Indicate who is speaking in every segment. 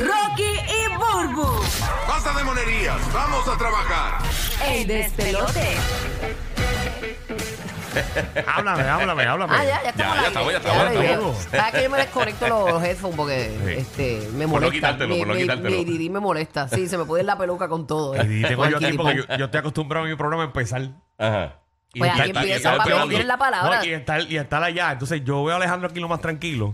Speaker 1: Rocky y Burbu,
Speaker 2: Basta de monerías, vamos a trabajar.
Speaker 1: el despelote.
Speaker 3: Háblame, háblame, háblame.
Speaker 4: Ah, ya, ya estamos al
Speaker 2: Ya, ya
Speaker 4: aire.
Speaker 2: estamos, ya estamos,
Speaker 4: lo
Speaker 3: ya
Speaker 4: llevo.
Speaker 3: estamos.
Speaker 4: Cada que yo me desconecto los headphones porque este, me molesta.
Speaker 2: no quitártelo,
Speaker 4: mi,
Speaker 2: por no
Speaker 4: mi-
Speaker 2: quitártelo.
Speaker 4: mi Didi me molesta. Sí, se me puede ir la peluca con todo. eh.
Speaker 3: Y tengo yo aquí
Speaker 4: Cualquier
Speaker 3: porque
Speaker 4: tipo.
Speaker 3: yo, yo estoy acostumbrado a mi programa a empezar.
Speaker 2: Ajá.
Speaker 3: Y
Speaker 4: Pues
Speaker 3: estar-
Speaker 4: ahí
Speaker 3: y
Speaker 4: empieza,
Speaker 3: estar
Speaker 4: papi, no
Speaker 3: esperando.
Speaker 4: tienes la palabra.
Speaker 3: No, y, estar, y estar allá. Entonces yo veo a Alejandro aquí lo más tranquilo.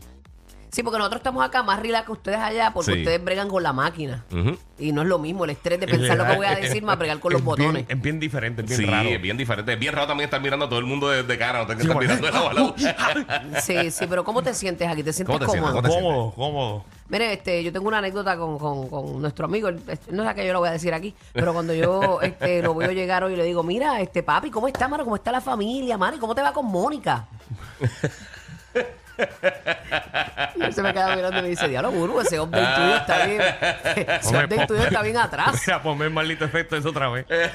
Speaker 4: Sí, porque nosotros estamos acá más relax que ustedes allá porque
Speaker 2: Sí.
Speaker 4: ustedes bregan con la máquina.
Speaker 2: Ujú.
Speaker 4: Y no es lo mismo el estrés de pensar lo que voy a decir más bregar con los
Speaker 3: Eh, Es bien-
Speaker 4: botones.
Speaker 3: Es bien diferente, es bien
Speaker 2: Sí,
Speaker 3: raro.
Speaker 2: es bien diferente. Es bien raro también estar mirando a todo el mundo de, de cara, no tener que
Speaker 3: Sí,
Speaker 2: estar
Speaker 3: bueno.
Speaker 2: mirando de lado a lado.
Speaker 4: Sí, sí, pero ¿cómo te sientes aquí? ¿Te sientes
Speaker 2: ¿Cómo te sientes?
Speaker 4: cómodo?
Speaker 2: ¿Cómo te
Speaker 3: Cómodo, cómodo.
Speaker 4: Mire, este, yo tengo una anécdota con, con- con nuestro amigo, el- este, no es la que yo lo voy a decir aquí, pero cuando yo este, lo veo llegar hoy le digo, mira, este papi, ¿cómo está, mano? ¿Cómo está la familia, mano? ¿Y cómo te va con Mónica? Y él se me queda mirando y me dice, diablo, burro, ese update tuyo está bien, ese
Speaker 3: Hombre,
Speaker 4: update tuyo
Speaker 3: pon-
Speaker 4: está bien atrás.
Speaker 3: Mira, ponme el maldito efecto eso otra vez.
Speaker 2: Eh,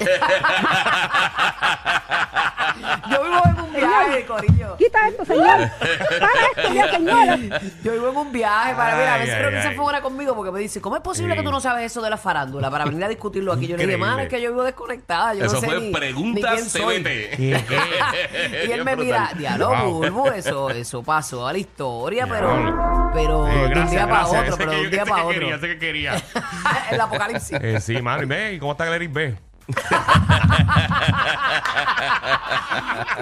Speaker 4: Yo vivo en un viaje, corillo.
Speaker 5: Quita esto, señor. Para esto, ya, señora.
Speaker 4: Yo vivo en un viaje para ver, a
Speaker 3: Ay,
Speaker 4: veces
Speaker 3: ay,
Speaker 4: creo que
Speaker 3: ay.
Speaker 4: se fuera conmigo porque me dice, ¿cómo es posible que tú no sabes eso de la farándula? Para venir a discutirlo aquí. Yo le dije,
Speaker 3: Increíble.
Speaker 4: mano, es que yo vivo desconectada. Yo
Speaker 2: Eso
Speaker 4: no sé
Speaker 2: fue
Speaker 4: ni- ni quién
Speaker 2: preguntas
Speaker 4: soy".
Speaker 2: TVT.
Speaker 3: ¿Qué, qué?
Speaker 4: y él me
Speaker 2: Bien
Speaker 4: mira,
Speaker 2: brutal.
Speaker 4: diálogo,
Speaker 3: Wow.
Speaker 4: Bulbo, eso, eso pasó a la historia, pero,
Speaker 3: Diablo.
Speaker 4: pero
Speaker 3: Sí,
Speaker 4: de un día para otro,
Speaker 3: gracias. Ese
Speaker 4: pero de
Speaker 3: que yo-
Speaker 4: un día
Speaker 3: ese
Speaker 4: para
Speaker 3: que
Speaker 4: otro.
Speaker 3: Quería, ese que quería.
Speaker 4: El apocalipsis.
Speaker 3: Eh, sí, mano, y ve, ¿y cómo está Galeris B?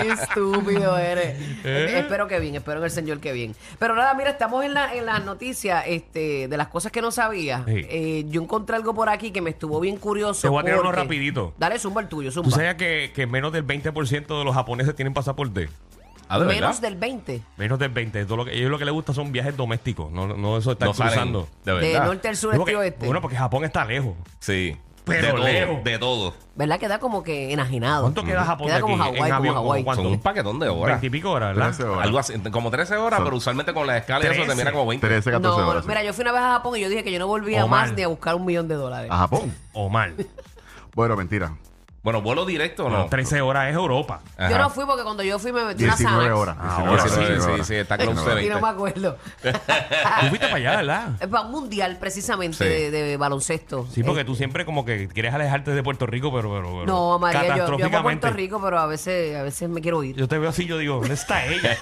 Speaker 4: Qué estúpido eres.
Speaker 3: ¿Eh?
Speaker 4: Espero que bien, espero en el Señor que bien. Pero nada, mira, estamos en, la, en las noticias este, de las cosas que no sabía.
Speaker 3: Sí.
Speaker 4: Eh, yo encontré algo por aquí que me estuvo bien curioso.
Speaker 3: Te voy a tirar uno
Speaker 4: porque-
Speaker 3: rapidito.
Speaker 4: Dale, zumba el tuyo,
Speaker 3: ¿Tú
Speaker 4: zumba.
Speaker 3: sabías que, que menos del 20% de los japoneses tienen pasaporte?
Speaker 2: Ah, ¿de verdad?
Speaker 4: Menos del 20.
Speaker 3: Menos del 20. Todo lo que, ellos lo que les gusta son viajes domésticos, no, no eso de estar
Speaker 2: No salen,
Speaker 3: cruzando.
Speaker 2: De
Speaker 4: De
Speaker 2: verdad.
Speaker 4: norte al sur,
Speaker 3: Digo
Speaker 4: este
Speaker 3: que-
Speaker 4: oeste.
Speaker 3: Bueno, pues, porque Japón está lejos.
Speaker 2: Sí.
Speaker 3: Pero
Speaker 2: de todo,
Speaker 3: lejos.
Speaker 2: de todo.
Speaker 4: ¿Verdad? Queda como que enajenado.
Speaker 3: ¿Cuánto queda Japón
Speaker 4: Queda
Speaker 3: de aquí
Speaker 4: como Hawái,
Speaker 3: en
Speaker 4: como
Speaker 3: avión?
Speaker 4: Hawái.
Speaker 3: ¿Cuánto?
Speaker 2: Son un paquetón de horas.
Speaker 3: 20 y pico horas, ¿verdad?
Speaker 2: Algo así, como 13 horas, pero usualmente con la escala y eso te
Speaker 3: 13.
Speaker 2: mira como 20.
Speaker 6: 13, 14
Speaker 4: No,
Speaker 6: horas. sí.
Speaker 4: mira, yo fui una vez a Japón y yo dije que yo no volvía
Speaker 3: O
Speaker 4: más
Speaker 3: mal.
Speaker 4: ni a buscar un millón de dólares.
Speaker 6: A Japón.
Speaker 3: O mal.
Speaker 6: Bueno, mentira.
Speaker 2: Bueno, vuelo directo o no.
Speaker 3: 13 horas es Europa.
Speaker 2: Ajá.
Speaker 4: Yo no fui porque cuando yo fui me metí una
Speaker 6: 19
Speaker 4: Xanax.
Speaker 6: horas.
Speaker 3: Ah,
Speaker 6: 19
Speaker 3: ahora
Speaker 6: horas,
Speaker 3: sí,
Speaker 6: 19
Speaker 2: sí,
Speaker 6: horas.
Speaker 2: sí, está close to
Speaker 4: Y no me acuerdo.
Speaker 3: Tú fuiste para allá, ¿verdad?
Speaker 4: Para un mundial precisamente
Speaker 2: Sí.
Speaker 4: de, de baloncesto. Eh,
Speaker 3: Sí, porque tú siempre como que quieres alejarte de Puerto Rico, pero... pero, pero
Speaker 4: No, María, yo, yo amo a
Speaker 3: catastróficamente.
Speaker 4: Puerto Rico, pero a veces, a veces me quiero ir.
Speaker 3: Yo te veo así, yo digo, ¿dónde está ella?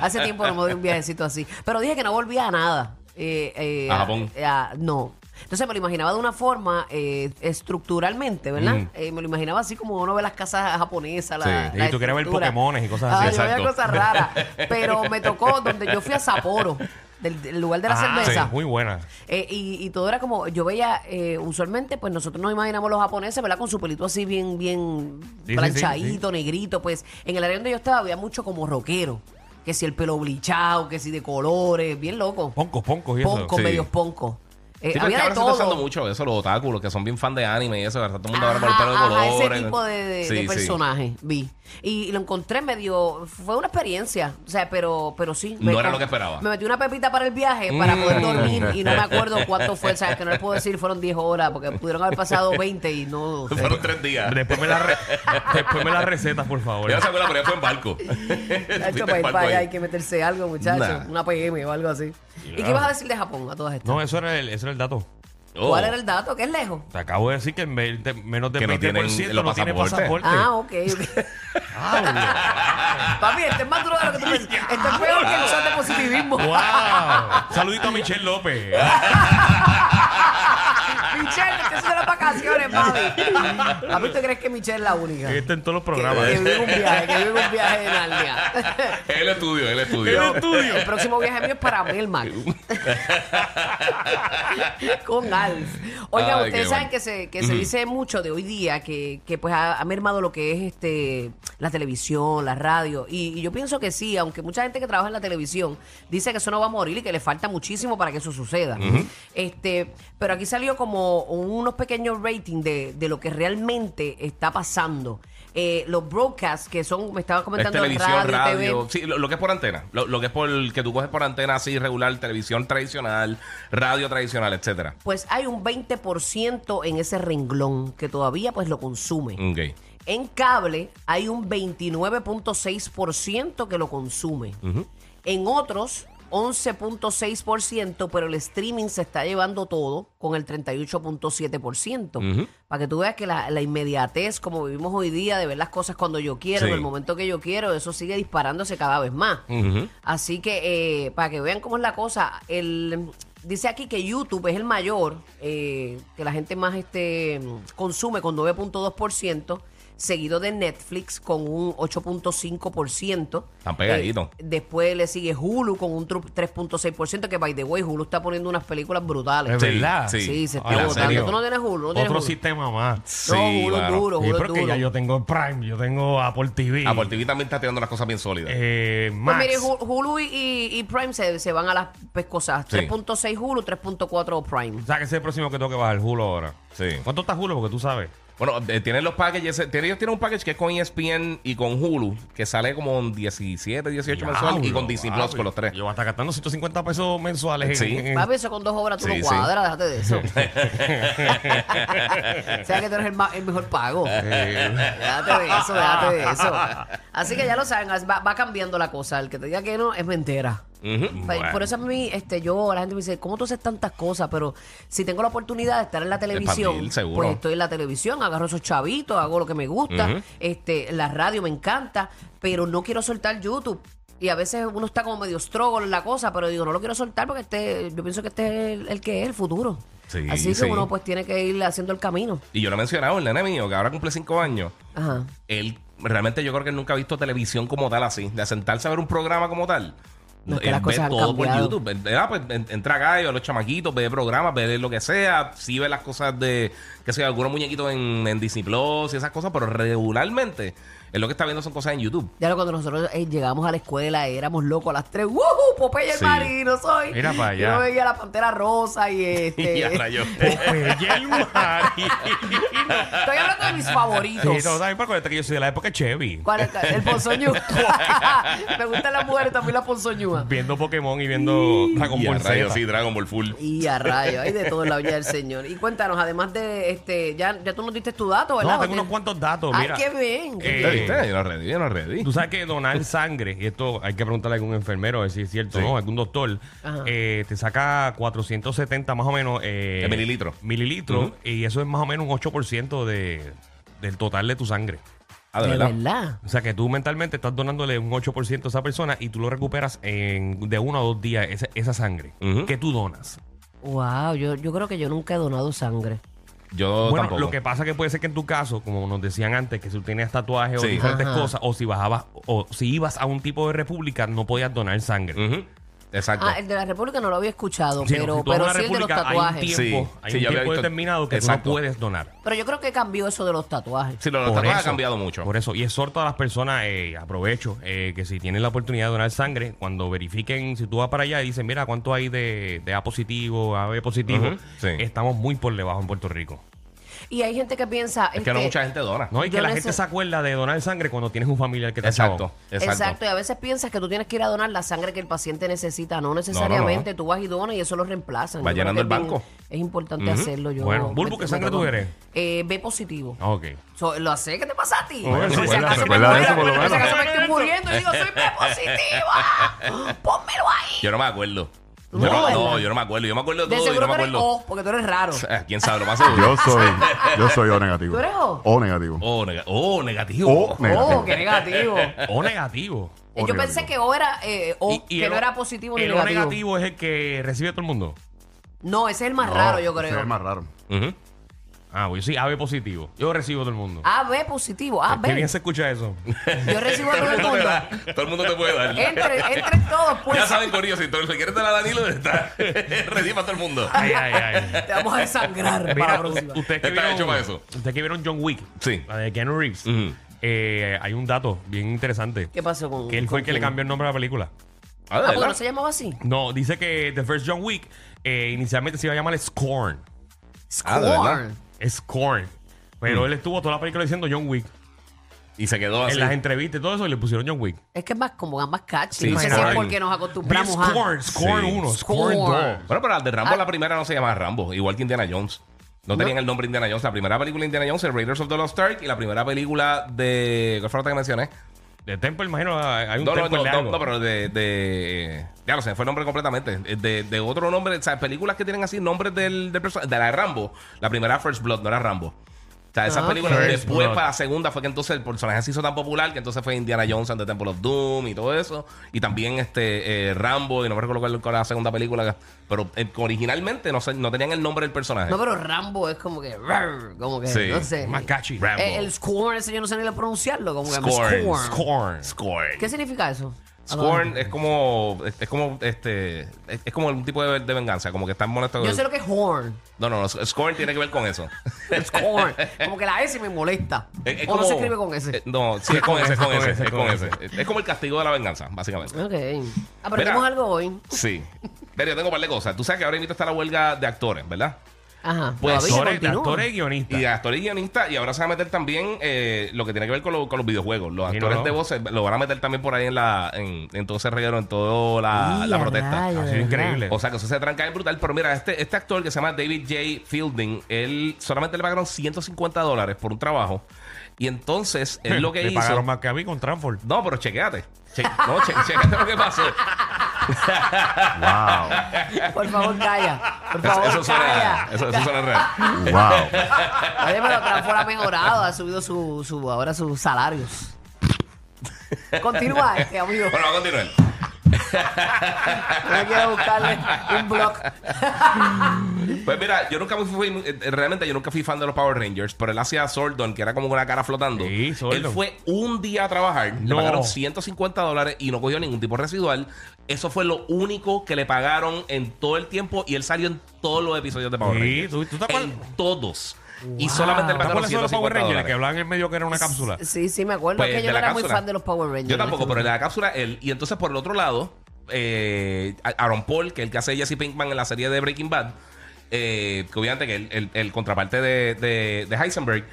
Speaker 4: Hace tiempo no me doy un viajecito así. Pero dije que no volvía a nada. Eh, eh,
Speaker 2: ¿A Japón?
Speaker 4: eh, a- no. Entonces me lo imaginaba de una forma eh, estructuralmente, ¿verdad?
Speaker 2: Mm.
Speaker 4: Eh, me lo imaginaba así como uno ve las casas japonesas. La,
Speaker 3: Sí.
Speaker 4: la
Speaker 3: Y tú querías ver
Speaker 4: estructura.
Speaker 3: Pokémones y cosas así.
Speaker 4: Ah, yo veía
Speaker 2: Exacto.
Speaker 4: cosas raras. Pero me tocó donde yo fui a Sapporo, del, del lugar de la
Speaker 3: Ah,
Speaker 4: cerveza.
Speaker 3: sí, muy buena.
Speaker 4: Eh, y, y todo era como, yo veía, eh, usualmente, pues nosotros nos imaginamos los japoneses, ¿verdad? Con su pelito así bien, bien
Speaker 3: Sí, sí,
Speaker 4: planchadito, negrito, pues en el área donde yo estaba había mucho como rockero, que si el pelo blichado, que si de colores, bien loco.
Speaker 3: Poncos, poncos y eso.
Speaker 4: Poncos,
Speaker 2: sí.
Speaker 4: medios poncos. Eh,
Speaker 2: Sí, pero es que
Speaker 4: había
Speaker 2: ahora
Speaker 4: de
Speaker 2: se está usando
Speaker 4: todo.
Speaker 2: mucho eso, los otakus, los que son bien fan de anime y eso, ¿verdad? Todo el mundo ahora por el pelo de
Speaker 4: Ajá, ajá,
Speaker 2: colores.
Speaker 4: ese tipo de, de- de
Speaker 2: Sí, sí.
Speaker 4: personaje vi y, lo encontré medio fue una experiencia o sea pero pero sí me
Speaker 2: No era
Speaker 4: con-
Speaker 2: lo que esperaba. Mm.
Speaker 4: me metí una pepita para el viaje para poder dormir y no me acuerdo cuánto fue o sea que no les puedo decir fueron 10 horas porque pudieron haber pasado 20 y no
Speaker 2: Fueron tres días.
Speaker 3: Después me la, re- después me la recetas, por favor.
Speaker 2: Yo no se acuerda, pero ya fue en barco.
Speaker 4: Ha
Speaker 2: Fuiste
Speaker 4: hecho
Speaker 2: en
Speaker 4: para ir
Speaker 2: barco
Speaker 4: para allá,
Speaker 2: ahí.
Speaker 4: pues, hay que meterse algo muchachos
Speaker 2: Nah.
Speaker 4: una PM o algo así ¿y qué ibas a decir de Japón a todas estas?
Speaker 3: No, eso era el, eso era el dato.
Speaker 2: Oh.
Speaker 4: ¿cuál era el dato? que es lejos?
Speaker 3: Te acabo de decir que en veinte- menos del
Speaker 2: Que no
Speaker 3: 20%
Speaker 2: tienen
Speaker 3: no,
Speaker 2: los
Speaker 3: tiene
Speaker 2: pasaportes.
Speaker 3: pasaporte.
Speaker 4: ah ok, ok. Ah, papi este es más duro de lo que tú piensas esto es peor que el chat de positivismo
Speaker 3: ¡Wow! Saludito a Michelle López.
Speaker 4: Michelle, estoy haciendo las vacaciones, papi. ¿A mí tú crees que Michelle es la única?
Speaker 3: Este en todos los
Speaker 4: Que,
Speaker 3: programas.
Speaker 4: que
Speaker 3: ¿eh?
Speaker 4: vive un viaje, que vive un viaje de Narnia.
Speaker 6: el estudio,
Speaker 3: El
Speaker 6: el estudio.
Speaker 3: estudio.
Speaker 4: El próximo viaje mío es para Melmac. Con Alf. Oigan,
Speaker 6: Ay,
Speaker 4: ustedes
Speaker 6: qué
Speaker 4: saben
Speaker 6: bueno.
Speaker 4: que se, que se dice mucho de hoy día que, que pues ha, ha mermado lo que es este la televisión, la radio. Y, y yo pienso que sí, aunque mucha gente que trabaja en la televisión dice que eso no va a morir y que le falta muchísimo para que eso suceda. Este, pero aquí salió como unos pequeños ratings de, de lo que realmente está pasando. Eh, los broadcasts que son, me estaba
Speaker 2: Es
Speaker 4: comentando
Speaker 2: televisión,
Speaker 4: TV.
Speaker 2: radio, sí, lo, lo que es por antena, lo, lo que es por que tú coges por antena así regular, televisión tradicional, radio tradicional, etcétera.
Speaker 4: pues hay un 20% en ese renglón que todavía pues lo consume.
Speaker 2: Ok.
Speaker 4: En cable hay un 29.6% que lo consume. En otros 11.6%, pero el streaming se está llevando todo con el 38.7%. Para que tú veas que la, la inmediatez, como vivimos hoy día, de ver las cosas cuando yo quiero,
Speaker 2: Sí.
Speaker 4: en el momento que yo quiero, eso sigue disparándose cada vez más. Así que eh, para que vean cómo es la cosa, el, dice aquí que YouTube es el mayor, eh, que la gente más este, consume con 9.2%, seguido de Netflix con un 8.5%.
Speaker 2: Están pegaditos.
Speaker 4: Eh, después le sigue Hulu con un tru- 3.6%, que by the way, Hulu está poniendo unas películas brutales.
Speaker 2: Eh,
Speaker 3: Es verdad.
Speaker 4: Sí, se
Speaker 3: Ah,
Speaker 4: está
Speaker 3: ¿en
Speaker 4: votando.
Speaker 3: serio?
Speaker 4: Tú no tienes Hulu, no tienes
Speaker 3: Otro
Speaker 4: Hulu.
Speaker 3: sistema más.
Speaker 4: No,
Speaker 2: Sí,
Speaker 4: Hulu es
Speaker 2: mano.
Speaker 4: duro,
Speaker 3: Y
Speaker 4: Hulu es
Speaker 3: porque
Speaker 4: duro.
Speaker 3: ya yo tengo Prime, yo tengo Apple TV.
Speaker 2: Apple TV también está tirando las cosas bien sólidas.
Speaker 3: Eh,
Speaker 4: Pues
Speaker 3: Max.
Speaker 4: mire, Hu- Hulu y, y Prime se, se van a las pues, cosas.
Speaker 2: Sí.
Speaker 4: 3.6 Hulu, 3.4 Prime.
Speaker 3: O sea, que ese es el próximo que tengo que bajar, Julo ahora.
Speaker 2: Sí.
Speaker 3: ¿Cuánto está Julo? Porque tú sabes.
Speaker 2: Bueno, eh, tienen los packages. eh, tienen- ellos tienen un package que es con ESPN y con Hulu, que sale como en 17, 18 mensual y con Disney Plus con los tres.
Speaker 3: Yo voy a estar gastando 150 pesos mensuales.
Speaker 2: Sí.
Speaker 3: en- en-
Speaker 4: Papi, eso con dos obras tú
Speaker 2: Sí,
Speaker 4: no
Speaker 2: sí.
Speaker 4: cuadras, déjate de eso. o sea que tú eres el, ma- el mejor pago. déjate de eso, déjate de eso. Así que ya lo saben, va, va cambiando la cosa. El que te diga que no es mentira.
Speaker 2: Ujú.
Speaker 4: Pa- Pues, Por eso a mí, este, yo, la gente me dice, ¿cómo tú haces tantas cosas? Pero si tengo la oportunidad de estar en la televisión,
Speaker 2: Expandir, seguro.
Speaker 4: pues estoy en la televisión, agarro esos chavitos, hago lo que me gusta, este, la radio me encanta, pero no quiero soltar YouTube. Y a veces uno está como medio struggle en la cosa, pero digo, no lo quiero soltar porque este, yo pienso que este es el, el que es el futuro.
Speaker 2: Sí,
Speaker 4: Así que
Speaker 2: sí.
Speaker 4: uno pues tiene que ir haciendo el camino.
Speaker 2: Y yo lo he mencionado, el nene mío, que ahora cumple 5 años.
Speaker 4: Ajá.
Speaker 2: Él realmente yo creo que él nunca ha visto televisión como tal así, de sentarse a ver un programa como tal.
Speaker 4: No, es que
Speaker 2: él
Speaker 4: las
Speaker 2: ve
Speaker 4: cosas han
Speaker 2: todo por
Speaker 4: cambiado.
Speaker 2: YouTube. Él- él, ah, pues, en- entra acá, ve a los chamaquitos, ve programas, ve lo que sea, sí ve las cosas de, qué sé yo, algunos muñequitos en, en Disney Plus y esas cosas, pero regularmente él lo que está viendo son cosas en YouTube.
Speaker 4: Ya lo cuando nosotros eh, llegamos a la escuela éramos locos a las tres. ¡Woohoo! Popeye el
Speaker 2: Sí.
Speaker 4: marino soy.
Speaker 3: Mira para allá.
Speaker 4: Yo veía la pantera rosa y este.
Speaker 2: Y ahora yo.
Speaker 3: Popeye el marino.
Speaker 4: Estoy hablando de mis
Speaker 3: Sí,
Speaker 4: favoritos.
Speaker 3: no, también para que yo soy de la época Chevy.
Speaker 4: ¿Cuál es? El ponzoñú. Me gustan las mujeres, también la ponzoñúa.
Speaker 3: Viendo Pokémon y viendo Dragon
Speaker 2: Y a
Speaker 3: Ball
Speaker 2: rayos,
Speaker 3: Z.
Speaker 2: sí, Dragon Ball Full.
Speaker 4: Y a rayo, hay de todo en la olla del Señor. Y cuéntanos, además de este, ya, ya tú nos diste tu dato, ¿verdad?
Speaker 3: No, tengo
Speaker 4: Porque-
Speaker 3: unos cuantos datos,
Speaker 4: Ay,
Speaker 3: mira.
Speaker 4: qué bien. qué
Speaker 3: Eh,
Speaker 4: bien.
Speaker 2: ¿Viste? Yo no ready, yo no ready.
Speaker 3: Tú sabes que donar sangre, y esto hay que preguntarle a algún enfermero, a ver si es cierto,
Speaker 2: Sí.
Speaker 3: ¿no? Algún doctor, eh, te saca 470 más o menos. eh,
Speaker 2: De mililitro.
Speaker 3: Mililitros,
Speaker 2: Ujú.
Speaker 3: y eso es más o menos un 8% de, del total de tu sangre.
Speaker 2: Ah,
Speaker 4: De
Speaker 2: de verdad.
Speaker 4: verdad.
Speaker 3: O sea que tú mentalmente estás donándole un 8% a esa persona y tú lo recuperas en, de uno a dos días, esa, esa sangre
Speaker 2: Ujú.
Speaker 3: que tú donas.
Speaker 4: Wow, yo, yo creo que yo nunca he donado sangre.
Speaker 2: Yo
Speaker 3: Bueno,
Speaker 2: tampoco.
Speaker 3: lo que pasa que puede ser que en tu caso, como nos decían antes, que si tú tenías tatuajes
Speaker 2: Sí.
Speaker 3: o diferentes
Speaker 4: Ajá.
Speaker 3: cosas, o si bajabas, o si ibas a un tipo de república, no podías donar sangre.
Speaker 2: Ujú. Exacto.
Speaker 4: Ah, el de la República no lo había escuchado,
Speaker 3: Sí,
Speaker 4: pero,
Speaker 3: si tú vas a
Speaker 4: pero
Speaker 3: una
Speaker 4: sí el de los
Speaker 3: república,
Speaker 4: tatuajes.
Speaker 3: Hay un tiempo,
Speaker 2: Sí,
Speaker 3: hay
Speaker 2: sí,
Speaker 3: un
Speaker 2: yo había
Speaker 3: tiempo
Speaker 2: visto-
Speaker 3: determinado que tú
Speaker 2: Exacto.
Speaker 3: no puedes donar.
Speaker 4: Pero yo creo que cambió eso de los tatuajes.
Speaker 2: sí, lo de los
Speaker 3: Por
Speaker 2: tatuajes ha
Speaker 3: eso,
Speaker 2: cambiado mucho.
Speaker 3: Por eso, y exhorto a las personas, eh, aprovecho, eh, que si tienen la oportunidad de donar sangre, cuando verifiquen, si tú vas para allá y dicen, mira, ¿cuánto hay de, de A positivo, AB positivo?
Speaker 2: Ujú, sí.
Speaker 3: Estamos muy por debajo en Puerto Rico.
Speaker 4: Y hay gente que piensa.
Speaker 2: es que no
Speaker 4: este,
Speaker 2: mucha gente dona.
Speaker 3: No, y
Speaker 4: Yo
Speaker 3: que la
Speaker 4: nece-
Speaker 3: gente se acuerda de donar sangre cuando tienes un familiar que te
Speaker 2: Exacto,
Speaker 3: acabó.
Speaker 2: exacto.
Speaker 4: Exacto. y a veces piensas que tú tienes que ir a donar la sangre que el paciente necesita, no necesariamente, tú vas y donas y eso lo reemplazan.
Speaker 2: Va
Speaker 4: Yo creo
Speaker 2: llenando
Speaker 4: que
Speaker 2: el
Speaker 4: es bien-
Speaker 2: banco.
Speaker 4: Es importante hacerlo yo.
Speaker 3: Bueno, Bulbo,
Speaker 4: me-
Speaker 3: ¿qué
Speaker 4: me
Speaker 3: sangre
Speaker 4: tocó.
Speaker 3: tú eres?
Speaker 4: Eh, B positivo.
Speaker 3: Ah, Ok.
Speaker 4: So, lo sé, ¿qué te pasa a ti?
Speaker 3: Bueno,
Speaker 4: Por si
Speaker 3: recuerda-
Speaker 4: acaso me
Speaker 6: recuerda
Speaker 4: muero,
Speaker 6: eso, por
Speaker 4: por
Speaker 6: lo
Speaker 4: si
Speaker 6: menos.
Speaker 4: acaso me estoy muriendo y digo, soy B positiva. Pónmelo ahí.
Speaker 2: Yo no me acuerdo.
Speaker 4: ¿Tú no
Speaker 2: Yo
Speaker 4: te
Speaker 2: no,
Speaker 4: acuerdas?
Speaker 2: no, yo no me acuerdo. Yo me acuerdo de
Speaker 4: De
Speaker 2: todo y no
Speaker 4: seguro
Speaker 2: me
Speaker 4: que eres
Speaker 2: acuerdo.
Speaker 4: O, porque tú eres raro.
Speaker 2: Ah, ¿Quién sabe? Lo más seguro.
Speaker 6: Yo soy, yo soy O negativo.
Speaker 4: ¿Tú eres O?
Speaker 6: negativo.
Speaker 2: Oh, nega- oh, negativo.
Speaker 6: O negativo.
Speaker 4: Oh, qué negativo. Eh,
Speaker 3: O negativo.
Speaker 6: O
Speaker 4: Yo
Speaker 6: negativo.
Speaker 4: pensé que O era eh, O,
Speaker 3: Y- y
Speaker 4: que
Speaker 3: el
Speaker 4: no
Speaker 3: O-
Speaker 4: era positivo ni
Speaker 3: el O
Speaker 4: negativo.
Speaker 3: negativo es el que recibe todo el mundo.
Speaker 4: No, ese es el más
Speaker 6: No,
Speaker 4: raro, yo
Speaker 6: ese
Speaker 4: creo.
Speaker 6: Es el más raro.
Speaker 2: Ujú.
Speaker 3: Ah, voy, sí, AB positivo. Yo recibo a todo el mundo.
Speaker 4: AB positivo,
Speaker 3: Pues Qué bien
Speaker 4: AB.
Speaker 3: se escucha eso.
Speaker 4: Yo recibo a todo el mundo.
Speaker 2: Todo el mundo te puede dar.
Speaker 4: Entre, entre todos, pues.
Speaker 2: Ya saben, Corillo, si tú le quieres dar a Danilo, está reciba a todo el mundo.
Speaker 3: Ay, ay, ay.
Speaker 4: Te vamos a desangrar para la
Speaker 3: Mira,
Speaker 4: próxima.
Speaker 3: ustedes que
Speaker 2: Está
Speaker 3: vieron,
Speaker 2: hecho para eso.
Speaker 3: Ustedes que vieron John Wick,
Speaker 2: Sí.
Speaker 3: la de Keanu Reeves,
Speaker 2: Ujú.
Speaker 3: eh, hay un dato bien interesante.
Speaker 4: ¿Qué pasó con
Speaker 3: Que él fue
Speaker 4: con
Speaker 3: el que le
Speaker 4: quién?
Speaker 3: cambió el nombre a la película.
Speaker 2: Ah, ¿de
Speaker 4: Ah, porque
Speaker 2: verdad?
Speaker 4: no se llamaba así.
Speaker 3: No, dice que The First John Wick eh, inicialmente se iba a llamar Scorn.
Speaker 2: Ah, ¿de verdad?
Speaker 4: Scorn.
Speaker 3: Scorn. Pero
Speaker 2: Mm.
Speaker 3: él estuvo toda la película diciendo John Wick.
Speaker 2: Y se quedó así.
Speaker 3: En las entrevistas y todo eso y le pusieron John Wick.
Speaker 4: Es que es más como más catchy.
Speaker 2: Sí,
Speaker 4: no sé si es
Speaker 2: Scorn.
Speaker 4: porque nos
Speaker 3: Vi
Speaker 4: acostumbramos a.
Speaker 3: Scorn, Scorn
Speaker 2: Sí.
Speaker 3: 1, Scorn
Speaker 4: Scorn.
Speaker 3: 2.
Speaker 2: Bueno, pero la de
Speaker 4: Ah.
Speaker 2: Rambo, la primera no se llamaba Rambo, igual que Indiana Jones. No, tenían el nombre Indiana Jones. La primera película de Indiana Jones es Raiders of the Lost Ark y la primera película de. ¿Cuál fue la otra que mencioné?
Speaker 3: De Temple, imagino, ah, hay un
Speaker 2: No, no,
Speaker 3: Temple
Speaker 2: no,
Speaker 3: de
Speaker 2: no,
Speaker 3: algo.
Speaker 2: no, pero de, de- Ya lo sé, fue el nombre completamente. Eh, De, de otro nombre, o sea, películas que tienen así nombres del, del personaje. De la de Rambo. La primera First Blood, no era Rambo. O sea, esas
Speaker 4: Ah,
Speaker 2: películas
Speaker 3: ok. First
Speaker 2: después
Speaker 3: Blood.
Speaker 2: para la segunda fue que entonces el personaje se hizo tan popular que entonces fue Indiana Jones and the Temple of Doom y todo eso. Y también este eh, Rambo, y no me recuerdo cuál cuál era la segunda película. Pero eh, originalmente no, se- no tenían el nombre del personaje.
Speaker 4: No, pero Rambo es como que. "Rar", Como que.
Speaker 2: Sí,
Speaker 4: No sé.
Speaker 3: Más catchy.
Speaker 2: Rambo.
Speaker 4: Eh, el Scorn, ese yo no sé ni pronunciarlo. Como que
Speaker 2: Scorn.
Speaker 3: Scorn.
Speaker 2: Scorn.
Speaker 4: ¿Qué significa eso?
Speaker 2: Scorn es como, es, es como este, es, es como algún tipo de, de venganza, como que están molestos.
Speaker 4: Ah, Yo sé lo que es horn.
Speaker 2: No, no, no. Scorn tiene que ver con eso.
Speaker 4: Scorn. como que la S me molesta.
Speaker 2: Es- es
Speaker 4: o no se escribe con S.
Speaker 2: eh, no, sí, es con ese, es con ese, es con ese. Es como el castigo de la venganza, básicamente.
Speaker 4: ok. Aprendimos
Speaker 2: Mira.
Speaker 4: algo hoy.
Speaker 2: Sí. Pero yo tengo un par de cosas. Tú sabes que ahora mismo está la huelga de actores, ¿verdad?
Speaker 4: Ajá.
Speaker 2: Pues,
Speaker 4: Todavía
Speaker 3: Actores,
Speaker 4: continúa.
Speaker 3: actores y
Speaker 2: Y
Speaker 3: guionistas.
Speaker 2: de actores y guionistas. Y ahora se va a meter también eh, lo que tiene que ver con, lo- con los videojuegos. Los
Speaker 3: Sí,
Speaker 2: actores
Speaker 3: no, no.
Speaker 2: de voces lo van a meter también por ahí en, la, en, en todo ese reguero, en toda la,
Speaker 4: Y
Speaker 2: la
Speaker 4: a
Speaker 2: protesta.
Speaker 4: rayos,
Speaker 3: Ha
Speaker 4: de
Speaker 3: sido
Speaker 4: verdad.
Speaker 3: increíble.
Speaker 2: O sea, que eso se tranca es brutal. Pero mira, este, este actor que se llama David J. Fielding, él solamente le pagaron 150 dólares por un trabajo. Y entonces, él lo que
Speaker 3: Le
Speaker 2: hizo.
Speaker 3: pagaron más que a mí con Transform.
Speaker 2: No, pero chequeate. Che- no, che- chequeate lo que pasó.
Speaker 6: Wow.
Speaker 4: Por favor, calla. Por
Speaker 2: Eso,
Speaker 4: favor,
Speaker 2: eso suena,
Speaker 4: calla.
Speaker 2: eso, eso suena real.
Speaker 6: Wow.
Speaker 4: Oye, pero Transform ha mejorado, ha subido su, su, ahora sus salarios. Continúa este amigo.
Speaker 2: Bueno, vamos a continuar.
Speaker 4: No quiero buscarle un blog.
Speaker 2: Pues mira, yo nunca fui, eh, realmente yo nunca fui fan de los Power Rangers, pero él hacía a Sordon, que era como una cara flotando.
Speaker 3: Sí, Zordon.
Speaker 2: Él fue un día a trabajar,
Speaker 3: No.
Speaker 2: le pagaron 150 dólares y no cogió ningún tipo de residual. Eso fue lo único que le pagaron en todo el tiempo y él salió en todos los episodios de Power
Speaker 3: Sí,
Speaker 2: Rangers.
Speaker 3: ¿tú- tú te acuerdas?
Speaker 2: En todos. Y solamente le
Speaker 3: ¿Te
Speaker 2: pagaron
Speaker 3: acuerdas de los
Speaker 2: 150
Speaker 3: Power Rangers que
Speaker 2: dólares.
Speaker 3: hablaban en medio que era una cápsula?
Speaker 4: Sí, sí, me acuerdo
Speaker 2: Pues,
Speaker 4: que yo
Speaker 2: de
Speaker 4: no
Speaker 2: la
Speaker 4: era muy
Speaker 2: cápsula.
Speaker 4: fan de los Power Rangers.
Speaker 2: Yo tampoco, pero en
Speaker 4: honestamente.
Speaker 2: la cápsula él. Y entonces, por el otro lado, eh, Aaron Paul, que es el que hace Jesse Pinkman en la serie de Breaking Bad, eh, que obviamente que el, el- el contraparte de, de- de Heisenberg,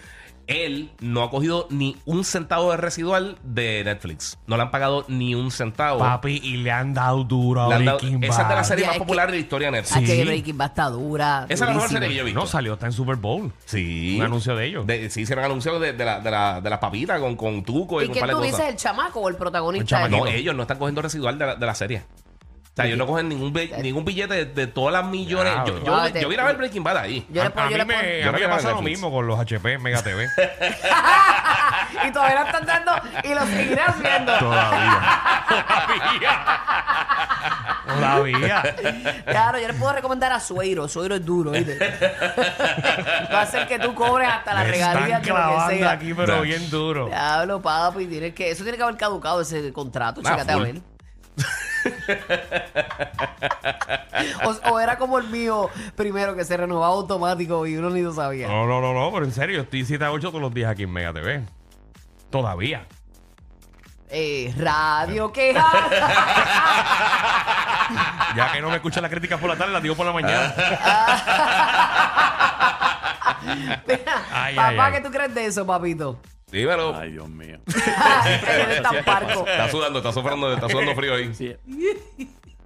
Speaker 2: él no ha cogido ni un centavo de residual de Netflix. No le han pagado ni un centavo.
Speaker 3: Papi, y le han dado duro
Speaker 2: Le
Speaker 3: a
Speaker 2: han dado-
Speaker 3: Breaking
Speaker 2: esa es de
Speaker 3: Bad.
Speaker 2: la serie
Speaker 4: Ya,
Speaker 2: más
Speaker 4: es que-
Speaker 2: popular de la historia de
Speaker 4: Ah,
Speaker 2: Netflix.
Speaker 3: Sí.
Speaker 4: que Breaking Bad está dura.
Speaker 2: Esa es la mejor
Speaker 4: durísima.
Speaker 2: serie que yo he visto.
Speaker 3: No, salió hasta en Super Bowl.
Speaker 2: Sí.
Speaker 3: Un anuncio de ellos.
Speaker 2: De- sí, hicieron anuncios de, de la- de la- de las papitas con, con tuco y,
Speaker 4: ¿Y
Speaker 2: con
Speaker 4: quién
Speaker 2: par de
Speaker 4: tú dices,
Speaker 2: cosas.
Speaker 4: el chamaco o el protagonista?
Speaker 3: El
Speaker 2: No,
Speaker 3: Paquito.
Speaker 2: ellos no están cogiendo residual de la, de la serie. O sea, ellos no cogen ningún, bi-
Speaker 4: Eh.
Speaker 2: ningún billete de, de todas las millones.
Speaker 3: Ya,
Speaker 2: Yo,
Speaker 3: bro.
Speaker 2: yo-
Speaker 4: Wow, te-
Speaker 2: yo vine a ver Breaking Bad ahí.
Speaker 4: Yo le
Speaker 3: A-
Speaker 4: pongo-
Speaker 3: a
Speaker 4: yo
Speaker 3: mí
Speaker 4: le
Speaker 3: me,
Speaker 4: pongo-
Speaker 3: a
Speaker 2: Yo
Speaker 3: mí
Speaker 2: no
Speaker 3: me
Speaker 2: quiero ver
Speaker 3: pasa lo
Speaker 2: Netflix.
Speaker 3: mismo con los HP en Mega TV.
Speaker 4: y todavía la están dando y lo seguirás viendo.
Speaker 6: Todavía.
Speaker 3: Todavía.
Speaker 4: Claro, yo le puedo recomendar a Suero. Suero es duro, ¿viste? Va a hacer que tú cobres hasta la
Speaker 3: Me
Speaker 4: regalía
Speaker 3: están
Speaker 4: de lo que
Speaker 3: clavando
Speaker 4: sea.
Speaker 3: aquí, pero bien duro.
Speaker 4: Diablo, papi, tienes que, eso tiene que haber caducado ese contrato,
Speaker 2: Ah,
Speaker 4: chécate a
Speaker 2: full.
Speaker 4: ver. o, o era como el mío primero que se renovaba automático y uno ni lo sabía.
Speaker 3: No, no, no, no, pero en serio, yo estoy 7 a 8 todos los días aquí en Mega TV. Todavía.
Speaker 4: Eh, radio queja.
Speaker 3: Ya que no me escuchan las críticas por la tarde, las digo por la
Speaker 2: Ah,
Speaker 3: mañana.
Speaker 4: Mira,
Speaker 3: Ay,
Speaker 4: Papá,
Speaker 3: ay, ay.
Speaker 4: ¿qué tú crees de eso, papito? Ah,
Speaker 2: Dímelo.
Speaker 6: Ay, Dios mío.
Speaker 4: Eres tan parco.
Speaker 2: Está sudando, está sufriendo, está sudando frío ahí.
Speaker 7: Sí.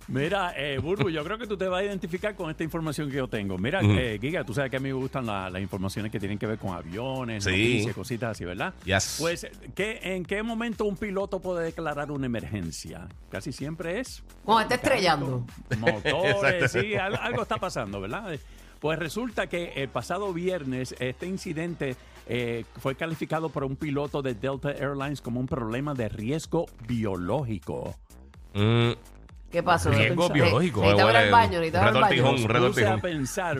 Speaker 7: Mira, eh, Burbu, yo creo que tú te vas a identificar con esta información que yo tengo. Mira,
Speaker 2: Ujú.
Speaker 7: eh, Giga, tú sabes que a mí me gustan la- las informaciones que tienen que ver con aviones,
Speaker 2: Sí.
Speaker 7: noticias, cositas así, ¿verdad?
Speaker 2: Yes.
Speaker 7: Pues, ¿qué, ¿en qué momento un piloto puede declarar una emergencia? Casi siempre es
Speaker 4: Cuando está estrellando.
Speaker 7: motores, sí, al- algo está pasando, ¿verdad? Pues resulta que el pasado viernes este incidente eh, fue calificado por un piloto de Delta Airlines como un problema de riesgo biológico.
Speaker 2: Mm,
Speaker 4: ¿Qué pasó?
Speaker 3: Riesgo
Speaker 4: Eh,
Speaker 3: biológico,
Speaker 4: Necesitaba ir
Speaker 2: huele
Speaker 4: al baño,
Speaker 2: un
Speaker 4: necesitaba ir al
Speaker 2: retortijón,
Speaker 4: baño.
Speaker 2: un
Speaker 7: Puse
Speaker 2: retortijón.
Speaker 7: a pensar,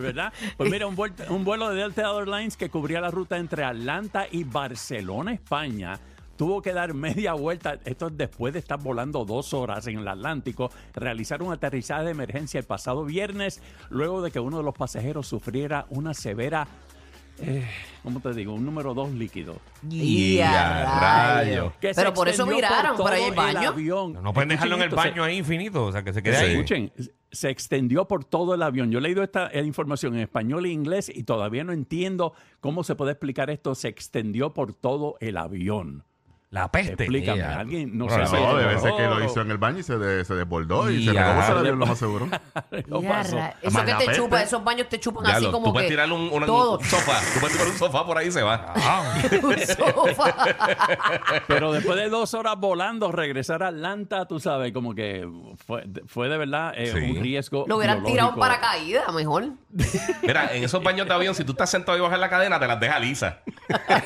Speaker 7: ¿verdad? Pues mira, un, vuelt- un vuelo de Delta Airlines que cubría la ruta entre Atlanta y Barcelona, España. Tuvo que dar media vuelta, esto es después de estar volando dos horas en el Atlántico, realizar un aterrizaje de emergencia el pasado viernes, luego de que uno de los pasajeros sufriera una severa, eh, ¿cómo te digo? Un número dos líquido.
Speaker 4: Y a rayo.
Speaker 7: que se
Speaker 4: Pero por eso
Speaker 7: extendió
Speaker 4: miraron,
Speaker 7: por
Speaker 4: por ahí el
Speaker 7: todo el
Speaker 4: baño.
Speaker 7: avión.
Speaker 3: No pueden dejarlo en el
Speaker 7: Escuchen esto, se-
Speaker 3: baño ahí infinito, o sea, que se quede
Speaker 7: Sí.
Speaker 3: ahí.
Speaker 7: Escuchen, se extendió por todo el avión. Yo he leído esta eh, información en español e inglés y todavía no entiendo cómo se puede explicar esto. Se extendió por todo el avión.
Speaker 3: La peste.
Speaker 7: Explícame,
Speaker 3: Ya.
Speaker 7: alguien no
Speaker 3: Bueno,
Speaker 7: sé.
Speaker 6: No,
Speaker 7: si-
Speaker 6: debe ser que
Speaker 7: Oh.
Speaker 6: lo hizo en el baño y se, de- se desbordó y,
Speaker 2: Y
Speaker 6: se
Speaker 2: ya.
Speaker 6: acabó el avión, lo más seguro.
Speaker 7: No
Speaker 4: Ya,
Speaker 7: pasó.
Speaker 4: ra- Eso
Speaker 6: Más
Speaker 4: que
Speaker 6: la
Speaker 4: te
Speaker 6: peste.
Speaker 4: chupa, esos baños te chupan
Speaker 2: Ya
Speaker 4: así
Speaker 2: lo-
Speaker 4: como
Speaker 2: tú puedes
Speaker 4: que
Speaker 2: tirar un, una-
Speaker 4: todo
Speaker 2: un sofá. Ah, Tú puedes tirar un sofá por ahí y se va.
Speaker 3: Ah.
Speaker 4: un sofá.
Speaker 7: Pero después de dos horas volando, regresar a Atlanta, tú sabes, como que fue, fue de verdad eh,
Speaker 2: Sí.
Speaker 7: un riesgo.
Speaker 4: Lo hubieran tirado un
Speaker 7: biológico.
Speaker 4: paracaídas, mejor.
Speaker 2: Mira, en esos baños de avión, si tú estás sentado y bajas la cadena, te las deja lisa.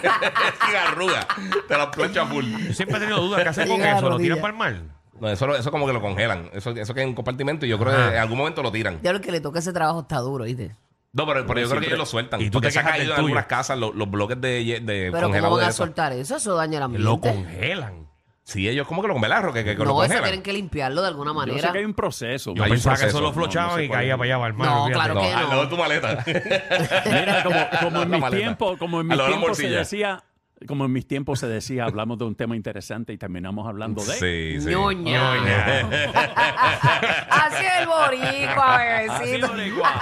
Speaker 2: Sin arruga. Te las plancha full.
Speaker 3: Yo siempre he tenido dudas. ¿Qué hacen con
Speaker 4: Llega la
Speaker 3: eso? ¿Lo tiran
Speaker 4: rodilla.
Speaker 3: para el mar?
Speaker 2: No, eso, lo- eso como que lo congelan. Eso, eso que es un compartimento y yo creo que en algún momento lo tiran.
Speaker 4: Ya lo que le toca ese trabajo está duro, ¿viste?
Speaker 2: No, pero, pero yo creo que ellos lo sueltan.
Speaker 3: Y tú
Speaker 2: porque
Speaker 3: te
Speaker 2: se ha
Speaker 3: quejas
Speaker 2: caído
Speaker 3: del
Speaker 2: en algunas
Speaker 3: tuyo.
Speaker 2: casas lo- los bloques de, ye- de
Speaker 4: Pero ¿cómo
Speaker 2: congelados
Speaker 4: van
Speaker 2: de
Speaker 4: a
Speaker 2: eso.
Speaker 4: soltar eso? Eso daña el ambiente.
Speaker 3: Lo congelan.
Speaker 2: Sí, ellos como que lo congelan, Roque, que, que lo
Speaker 4: No, eso
Speaker 2: congelan.
Speaker 4: tienen que limpiarlo de alguna
Speaker 7: Yo
Speaker 4: manera.
Speaker 7: sé que hay un proceso.
Speaker 3: Yo
Speaker 2: Hay un
Speaker 3: pensaba que
Speaker 2: proceso,
Speaker 3: eso lo
Speaker 2: no, no sé
Speaker 3: flochaban y
Speaker 2: cuál es.
Speaker 3: caía para allá para el mar.
Speaker 4: No,
Speaker 3: olvídate.
Speaker 4: claro
Speaker 2: Ah, No,
Speaker 4: que no.
Speaker 2: al lado de tu maleta.
Speaker 7: Mira, como, como en
Speaker 2: Una
Speaker 7: mis
Speaker 2: maleta.
Speaker 7: tiempos, como en
Speaker 2: A
Speaker 7: mis
Speaker 2: lo de la
Speaker 7: tiempos se
Speaker 2: morcilla.
Speaker 7: decía, como en mis tiempos se decía, hablamos de un tema interesante y terminamos hablando de
Speaker 2: Sí, sí.
Speaker 4: Ñoña.
Speaker 3: Ñoña.
Speaker 4: Así es el boricua,
Speaker 7: Así,
Speaker 4: bebecito.
Speaker 7: boricua.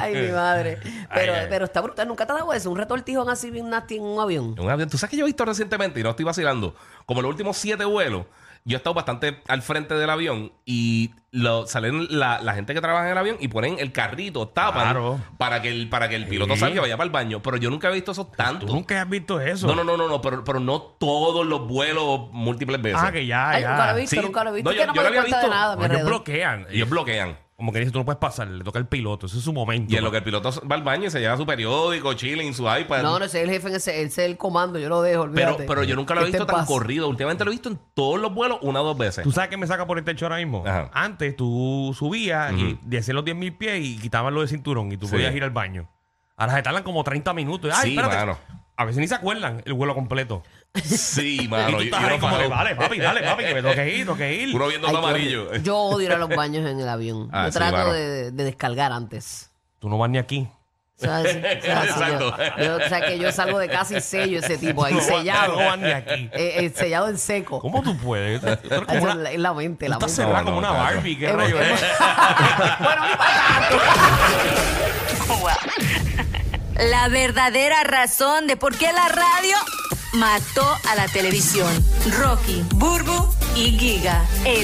Speaker 4: Ay, mi madre. Pero,
Speaker 3: Ay, ay.
Speaker 4: pero está brutal. Nunca te ha dado eso. Un retortijón así bien nasty en un avión.
Speaker 2: Un avión. Tú sabes que yo he visto recientemente, y no estoy vacilando, como los últimos siete vuelos, yo he estado bastante al frente del avión y lo, salen la, la gente que trabaja en el avión y ponen el carrito, tapan
Speaker 3: Claro.
Speaker 2: para que el, para que el piloto
Speaker 3: Sí.
Speaker 2: salga y vaya para el baño. Pero yo nunca he visto eso tanto.
Speaker 3: Tú nunca has visto eso.
Speaker 2: No, no, no, no, no pero, pero no todos los vuelos múltiples veces.
Speaker 3: Ah, que ya,
Speaker 4: Ay,
Speaker 3: ya.
Speaker 4: nunca lo he visto,
Speaker 2: Sí.
Speaker 4: nunca lo he visto.
Speaker 2: No,
Speaker 4: Es
Speaker 2: yo-
Speaker 4: que no
Speaker 2: yo
Speaker 4: me
Speaker 2: lo
Speaker 4: doy
Speaker 2: había
Speaker 4: cuenta de
Speaker 2: visto.
Speaker 4: nada. a mi
Speaker 3: No, ellos
Speaker 4: alrededor.
Speaker 3: bloquean.
Speaker 2: Ellos bloquean.
Speaker 3: Como que dices, tú no puedes pasar, le toca al piloto. Ese es su momento.
Speaker 2: Y en lo que el piloto va al baño y se lleva su periódico, chilling, su iPad.
Speaker 4: No, no, ese es el jefe, ese, ese es el comando. Yo lo dejo,
Speaker 2: pero,
Speaker 4: olvídate.
Speaker 2: pero yo nunca lo he
Speaker 4: Que esté
Speaker 2: visto
Speaker 4: en
Speaker 2: tan
Speaker 4: paz.
Speaker 2: corrido. Últimamente lo he visto en todos los vuelos una o dos veces.
Speaker 3: ¿Tú sabes que me saca por el techo ahora mismo?
Speaker 2: Ajá.
Speaker 3: Antes tú subías y decías los 10.000 pies y quitabas lo de cinturón y tú
Speaker 2: Sí.
Speaker 3: podías ir al baño. Ahora se tardan como 30 minutos. Ay,
Speaker 2: Sí,
Speaker 3: espérate.
Speaker 2: mano.
Speaker 3: A veces ni se acuerdan el vuelo completo.
Speaker 2: Sí,
Speaker 3: y
Speaker 2: mano.
Speaker 3: tú
Speaker 2: y-
Speaker 3: estás
Speaker 2: y uno
Speaker 3: ahí como, que,
Speaker 2: parado.
Speaker 3: vale, papi, dale, papi, que me tengo que ir, tengo que ir.
Speaker 2: Uno viendo
Speaker 4: Ay,
Speaker 2: todo
Speaker 4: yo-
Speaker 2: amarillo.
Speaker 4: Yo, odio ir a los baños en el avión.
Speaker 2: Ah,
Speaker 4: yo
Speaker 2: sí,
Speaker 4: trato
Speaker 2: claro.
Speaker 4: de, de descargar antes.
Speaker 3: Tú no vas ni aquí.
Speaker 4: ¿Sabes? Exacto.
Speaker 2: Exacto.
Speaker 4: o sea, que yo salgo de casa y sello ese tipo ahí,
Speaker 3: No vas-
Speaker 4: sellado.
Speaker 3: no vas ni aquí.
Speaker 4: Eh, eh, sellado en seco.
Speaker 3: ¿Cómo tú puedes? Tú eres
Speaker 4: Ah,
Speaker 3: como
Speaker 4: eso
Speaker 3: una,
Speaker 4: es la- es la mente, la
Speaker 3: estás
Speaker 4: mente.
Speaker 3: cerrada
Speaker 2: No,
Speaker 3: como
Speaker 2: no,
Speaker 3: una
Speaker 2: cacho.
Speaker 3: Barbie. ¿Qué
Speaker 4: Hemos-
Speaker 3: rayo
Speaker 4: hemos-
Speaker 3: es?
Speaker 4: bueno, ni para tanto.
Speaker 1: La verdadera razón de por qué la radio mató a la televisión. Rocky, Burbu y Giga. El